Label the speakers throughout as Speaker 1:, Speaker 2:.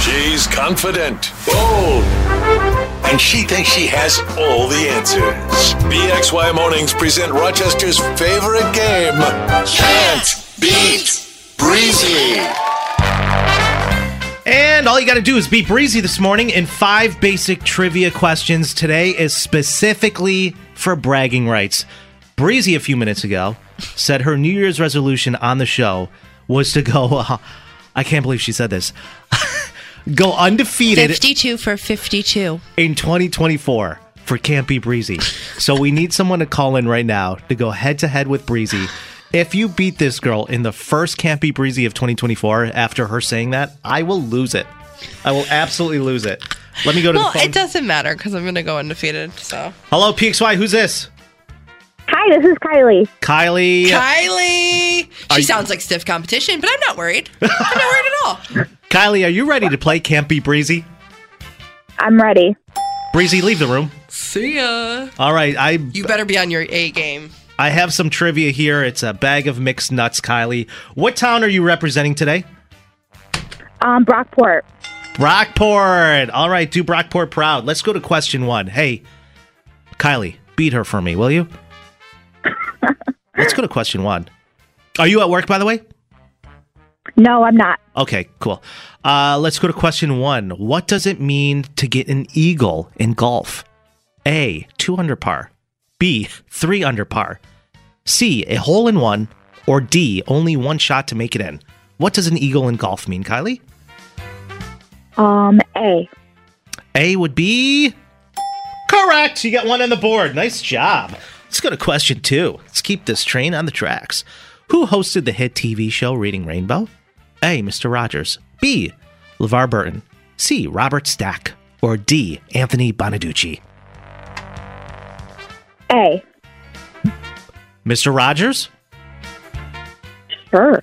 Speaker 1: She's confident, bold, and she thinks she has all the answers. BXY Mornings present Rochester's favorite game Can't Beat Breezy.
Speaker 2: And all you got to do is be breezy this morning in five basic trivia questions. Today is specifically for bragging rights. Breezy, a few minutes ago, said her New Year's resolution on the show was to go. Uh, I can't believe she said this. go undefeated
Speaker 3: 52 for 52.
Speaker 2: in 2024 for Can't Be Breezy. So we need someone to call in right now to go head to head with Breezy. If you beat this girl in the first Can't Be Breezy of 2024 after her saying that, I will lose it. I will absolutely lose it. Let me go to
Speaker 3: Well,
Speaker 2: the phone.
Speaker 3: it doesn't matter because I'm going to go undefeated. So,
Speaker 2: Hello, PXY. Who's this?
Speaker 4: Hi, this is Kylie.
Speaker 2: Kylie.
Speaker 3: Kylie. She sounds like stiff competition, but I'm not worried. I'm not worried at all.
Speaker 2: Kylie, are you ready to play Can't Be Breezy?
Speaker 4: I'm ready.
Speaker 2: Breezy, leave the room.
Speaker 3: See ya.
Speaker 2: All right, I
Speaker 3: You better be on your A game.
Speaker 2: I have some trivia here. It's a bag of mixed nuts, Kylie. What town are you representing today?
Speaker 4: Um, Brockport.
Speaker 2: Brockport. All right, do Brockport proud. Let's go to question one. Hey, Kylie, beat her for me, will you? Let's go to question one. Are you at work, by the way?
Speaker 4: No, I'm not.
Speaker 2: Okay, cool. Uh, let's go to question one. What does it mean to get an eagle in golf? A, two under par. B, three under par. C, a hole in one. Or D, only one shot to make it in. What does an eagle in golf mean, Kylie?
Speaker 4: Um, A.
Speaker 2: A would be correct. You got one on the board. Nice job. Let's go to question two. Let's keep this train on the tracks. Who hosted the hit TV show Reading Rainbow? A. Mr. Rogers. B. LeVar Burton. C. Robert Stack. Or D. Anthony Bonaducci.
Speaker 4: A.
Speaker 2: Mr. Rogers?
Speaker 4: Sure.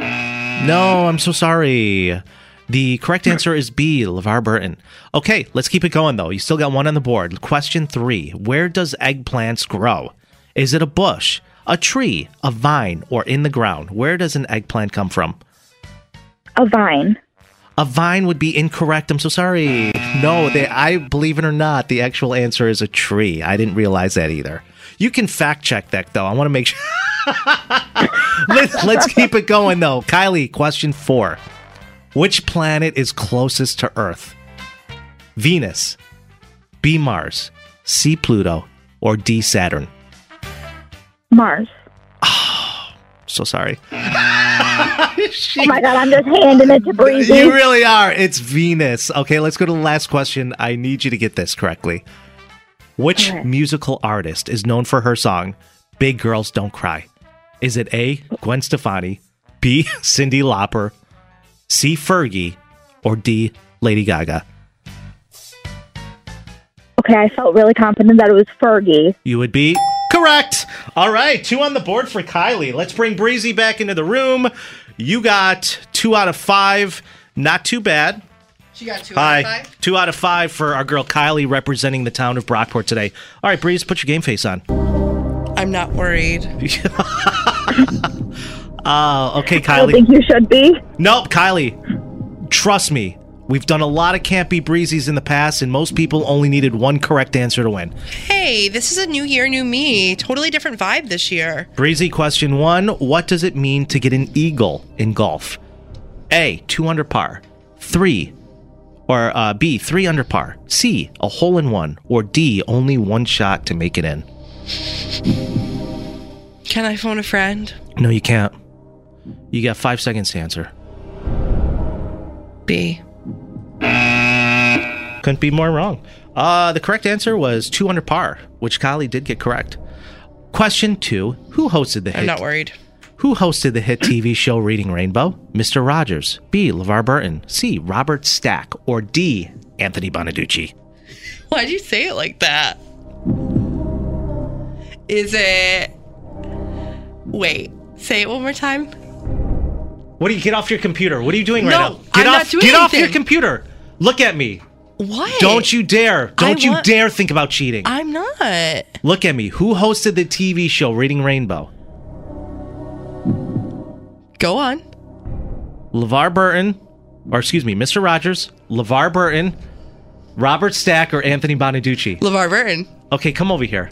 Speaker 2: No, I'm so sorry. The correct answer is B, LeVar Burton. Okay, let's keep it going though. You still got one on the board. Question three Where does eggplants grow? Is it a bush, a tree, a vine, or in the ground? Where does an eggplant come from?
Speaker 4: A vine.
Speaker 2: A vine would be incorrect. I'm so sorry. No, they, I believe it or not, the actual answer is a tree. I didn't realize that either. You can fact check that though. I want to make sure. let's, let's keep it going though. Kylie, question four Which planet is closest to Earth? Venus, B Mars, C Pluto, or D Saturn?
Speaker 4: Mars.
Speaker 2: So sorry.
Speaker 4: Oh my God, I'm just handing it to Breezy.
Speaker 2: You really are. It's Venus. Okay, let's go to the last question. I need you to get this correctly. Which
Speaker 4: Okay.
Speaker 2: musical artist is known for her song Big Girls Don't Cry? Is it A, Gwen Stefani, B, Cindy Lauper, C, Fergie, or D, Lady Gaga?
Speaker 4: okay, I felt really confident that it was Fergie.
Speaker 2: You would be correct. All right, two on the board for Kylie. Let's bring Breezy back into the room. You got two out of five. Not too bad.
Speaker 3: She got two out
Speaker 2: Hi.
Speaker 3: of five.
Speaker 2: Two out of five for our girl Kylie representing the town of Brockport today. All right, Breeze, put your game face on.
Speaker 3: I'm not worried.
Speaker 2: Uh, okay,
Speaker 4: I don't
Speaker 2: Kylie.
Speaker 4: think you should be.
Speaker 2: Nope, Kylie. Trust me. We've done a lot of campy breezies in the past, and most people only needed one correct answer to win.
Speaker 3: Hey, this is a new year, new me. Totally different vibe this year.
Speaker 2: Breezy question one What does it mean to get an eagle in golf? A, two under par. Three, or uh, B, three under par. C, a hole in one. Or D, only one shot to make it in.
Speaker 3: Can I phone a friend?
Speaker 2: No, you can't. You got five seconds to answer.
Speaker 3: B.
Speaker 2: Couldn't be more wrong. Uh, the correct answer was two under par, which Kali did get correct. Question two: Who hosted the hit?
Speaker 3: I'm not worried.
Speaker 2: Who hosted the hit TV show Reading Rainbow? Mr. Rogers. B. LeVar Burton. C. Robert Stack. Or D. Anthony Bonaducci.
Speaker 3: Why'd you say it like that? Is it. Wait, say it one more time.
Speaker 2: What do you get off your computer? What are you doing right
Speaker 3: No,
Speaker 2: now? Get
Speaker 3: I'm
Speaker 2: off!
Speaker 3: not doing
Speaker 2: get off
Speaker 3: anything.
Speaker 2: your computer. Look at me.
Speaker 3: What?
Speaker 2: Don't you dare! Don't you
Speaker 3: want-
Speaker 2: dare think about cheating.
Speaker 3: I'm not.
Speaker 2: Look at me. Who hosted the TV show Reading Rainbow?
Speaker 3: Go on.
Speaker 2: LeVar Burton, or excuse me, Mr. Rogers, LeVar Burton, Robert Stack, or Anthony Bonaducci.
Speaker 3: LeVar Burton.
Speaker 2: Okay, come over here.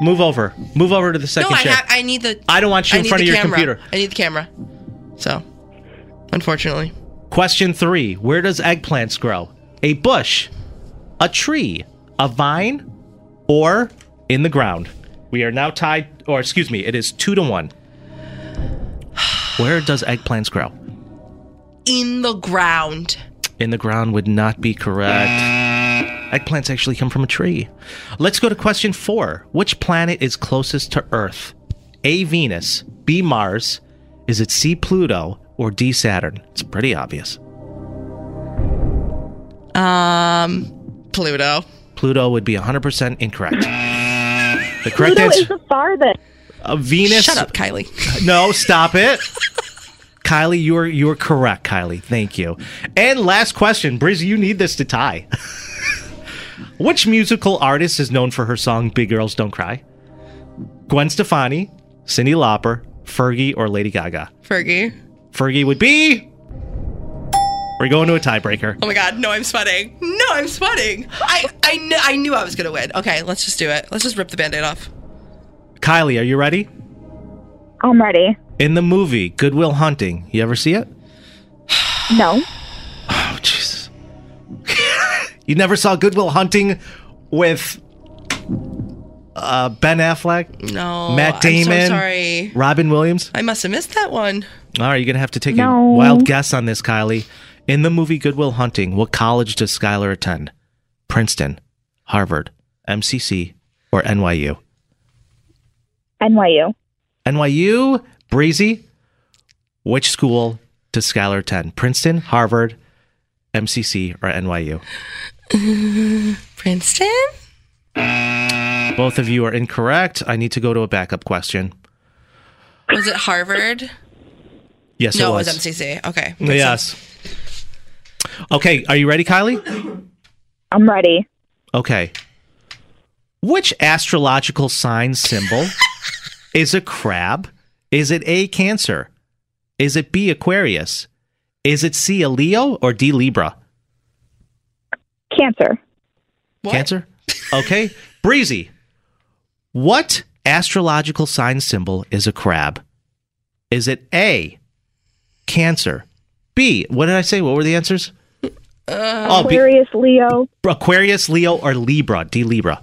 Speaker 2: Move over. Move over to the
Speaker 3: No,
Speaker 2: second
Speaker 3: I,
Speaker 2: chair.
Speaker 3: ha- I need the.
Speaker 2: I don't want you
Speaker 3: I
Speaker 2: in
Speaker 3: need
Speaker 2: front
Speaker 3: the
Speaker 2: of your
Speaker 3: camera.
Speaker 2: computer.
Speaker 3: I need the camera. So, unfortunately.
Speaker 2: Question three Where does eggplants grow? A bush, a tree, a vine, or in the ground? We are now tied, or excuse me, it is two to one. Where does eggplants grow?
Speaker 3: In the ground.
Speaker 2: in the ground would not be correct. Eggplants actually come from a tree. Let's go to question four. Which planet is closest to Earth? A. Venus. B. Mars. Is it C. Pluto or D. Saturn? It's pretty obvious.
Speaker 3: Um, Pluto.
Speaker 2: Pluto would be 100% incorrect. The correct
Speaker 4: Pluto is
Speaker 2: answer
Speaker 4: the farthest.
Speaker 2: uh, Venus.
Speaker 3: Shut up, Kylie.
Speaker 2: No, stop it. Kylie, you're you're correct, Kylie. Thank you. And last question, Briz, you need this to tie. Which musical artist is known for her song Big Girls Don't Cry? Gwen Stefani, Cindy Lauper, Fergie, or Lady Gaga?
Speaker 3: Fergie.
Speaker 2: Fergie would be. We're going to a tiebreaker.
Speaker 3: Oh my god, no, I'm sweating. No, I'm sweating. I I, kn- I knew I was gonna win. Okay, let's just do it. Let's just rip the band-aid off.
Speaker 2: Kylie, are you ready?
Speaker 4: I'm ready.
Speaker 2: In the movie Goodwill Hunting, you ever see it?
Speaker 4: No.
Speaker 2: Oh, jeez. you never saw Goodwill Hunting with uh, Ben Affleck,
Speaker 3: No.
Speaker 2: Matt Damon,
Speaker 3: I'm so sorry.
Speaker 2: Robin Williams?
Speaker 3: I must have missed that one.
Speaker 2: All right, you're going to have to take
Speaker 4: No.
Speaker 2: a wild guess on this, Kylie. In the movie Goodwill Hunting, what college does Skylar attend? Princeton, Harvard, MCC, or NYU?
Speaker 4: NYU.
Speaker 2: NYU, Breezy. Which school does Skylar attend? Princeton, Harvard, MCC, or NYU?
Speaker 3: Princeton?
Speaker 2: Both of you are incorrect. I need to go to a backup question.
Speaker 3: Was it Harvard?
Speaker 2: Yes,
Speaker 3: no,
Speaker 2: it was.
Speaker 3: MCC. Okay.
Speaker 2: Yes. Okay, are you ready, Kylie?
Speaker 4: I'm ready.
Speaker 2: Okay. Which astrological sign symbol is a crab? Is it A, Cancer? Is it B, Aquarius? Is it C, a Leo or D, Libra?
Speaker 4: Cancer.
Speaker 3: What?
Speaker 2: Cancer? Okay. Breezy. What astrological sign symbol is a crab? Is it A, Cancer? B, what did I say? What were the answers? oh, B,
Speaker 4: Aquarius, Leo.
Speaker 2: Aquarius, Leo, or Libra? D, Libra.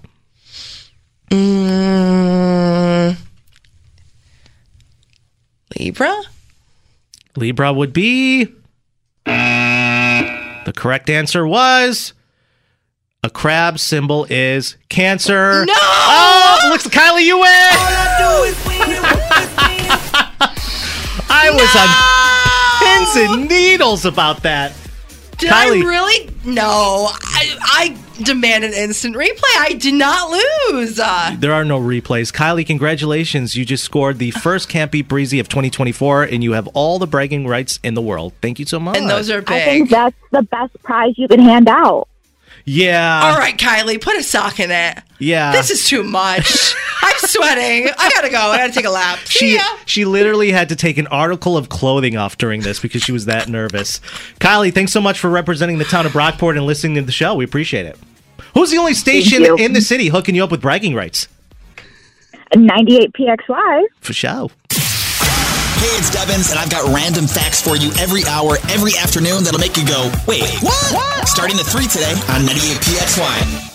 Speaker 3: Mm, Libra?
Speaker 2: Libra would be. The correct answer was. A crab symbol is Cancer.
Speaker 3: No!
Speaker 2: Oh, looks Kylie, you win! I was on pins and needles about that.
Speaker 3: Did
Speaker 2: Kylie.
Speaker 3: I really? No. I, I demand an instant replay. I did not lose. Uh,
Speaker 2: There are no replays. Kylie, congratulations. You just scored the first Can't Beat Breezy of 2024, and you have all the bragging rights in the world. Thank you so much.
Speaker 3: and those are
Speaker 4: I think
Speaker 3: big.
Speaker 4: that's the best prize you can hand out.
Speaker 2: Yeah.
Speaker 3: All right, Kylie, put a sock in it.
Speaker 2: Yeah.
Speaker 3: This is too much. I'm sweating. I gotta go. I gotta take a lap. See
Speaker 2: She
Speaker 3: ya.
Speaker 2: she literally had to take an article of clothing off during this because she was that nervous. Kylie, thanks so much for representing the town of Brockport and listening to the show. We appreciate it. Who's the only station
Speaker 4: you.
Speaker 2: in the city hooking you up with bragging rights?
Speaker 4: 98 PXY.
Speaker 2: For show.
Speaker 5: Hey, it's Devins, and I've got random facts for you every hour, every afternoon that'll make you go, wait, what? Starting at 3 today on 98PXY.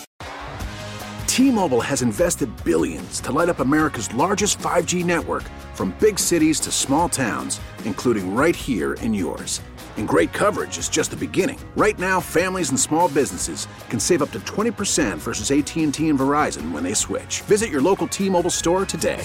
Speaker 6: T-Mobile has invested billions to light up America's largest 5G network from big cities to small towns, including right here in yours. And great coverage is just the beginning. Right now, families and small businesses can save up to 20% versus AT&T and Verizon when they switch. Visit your local T-Mobile store today.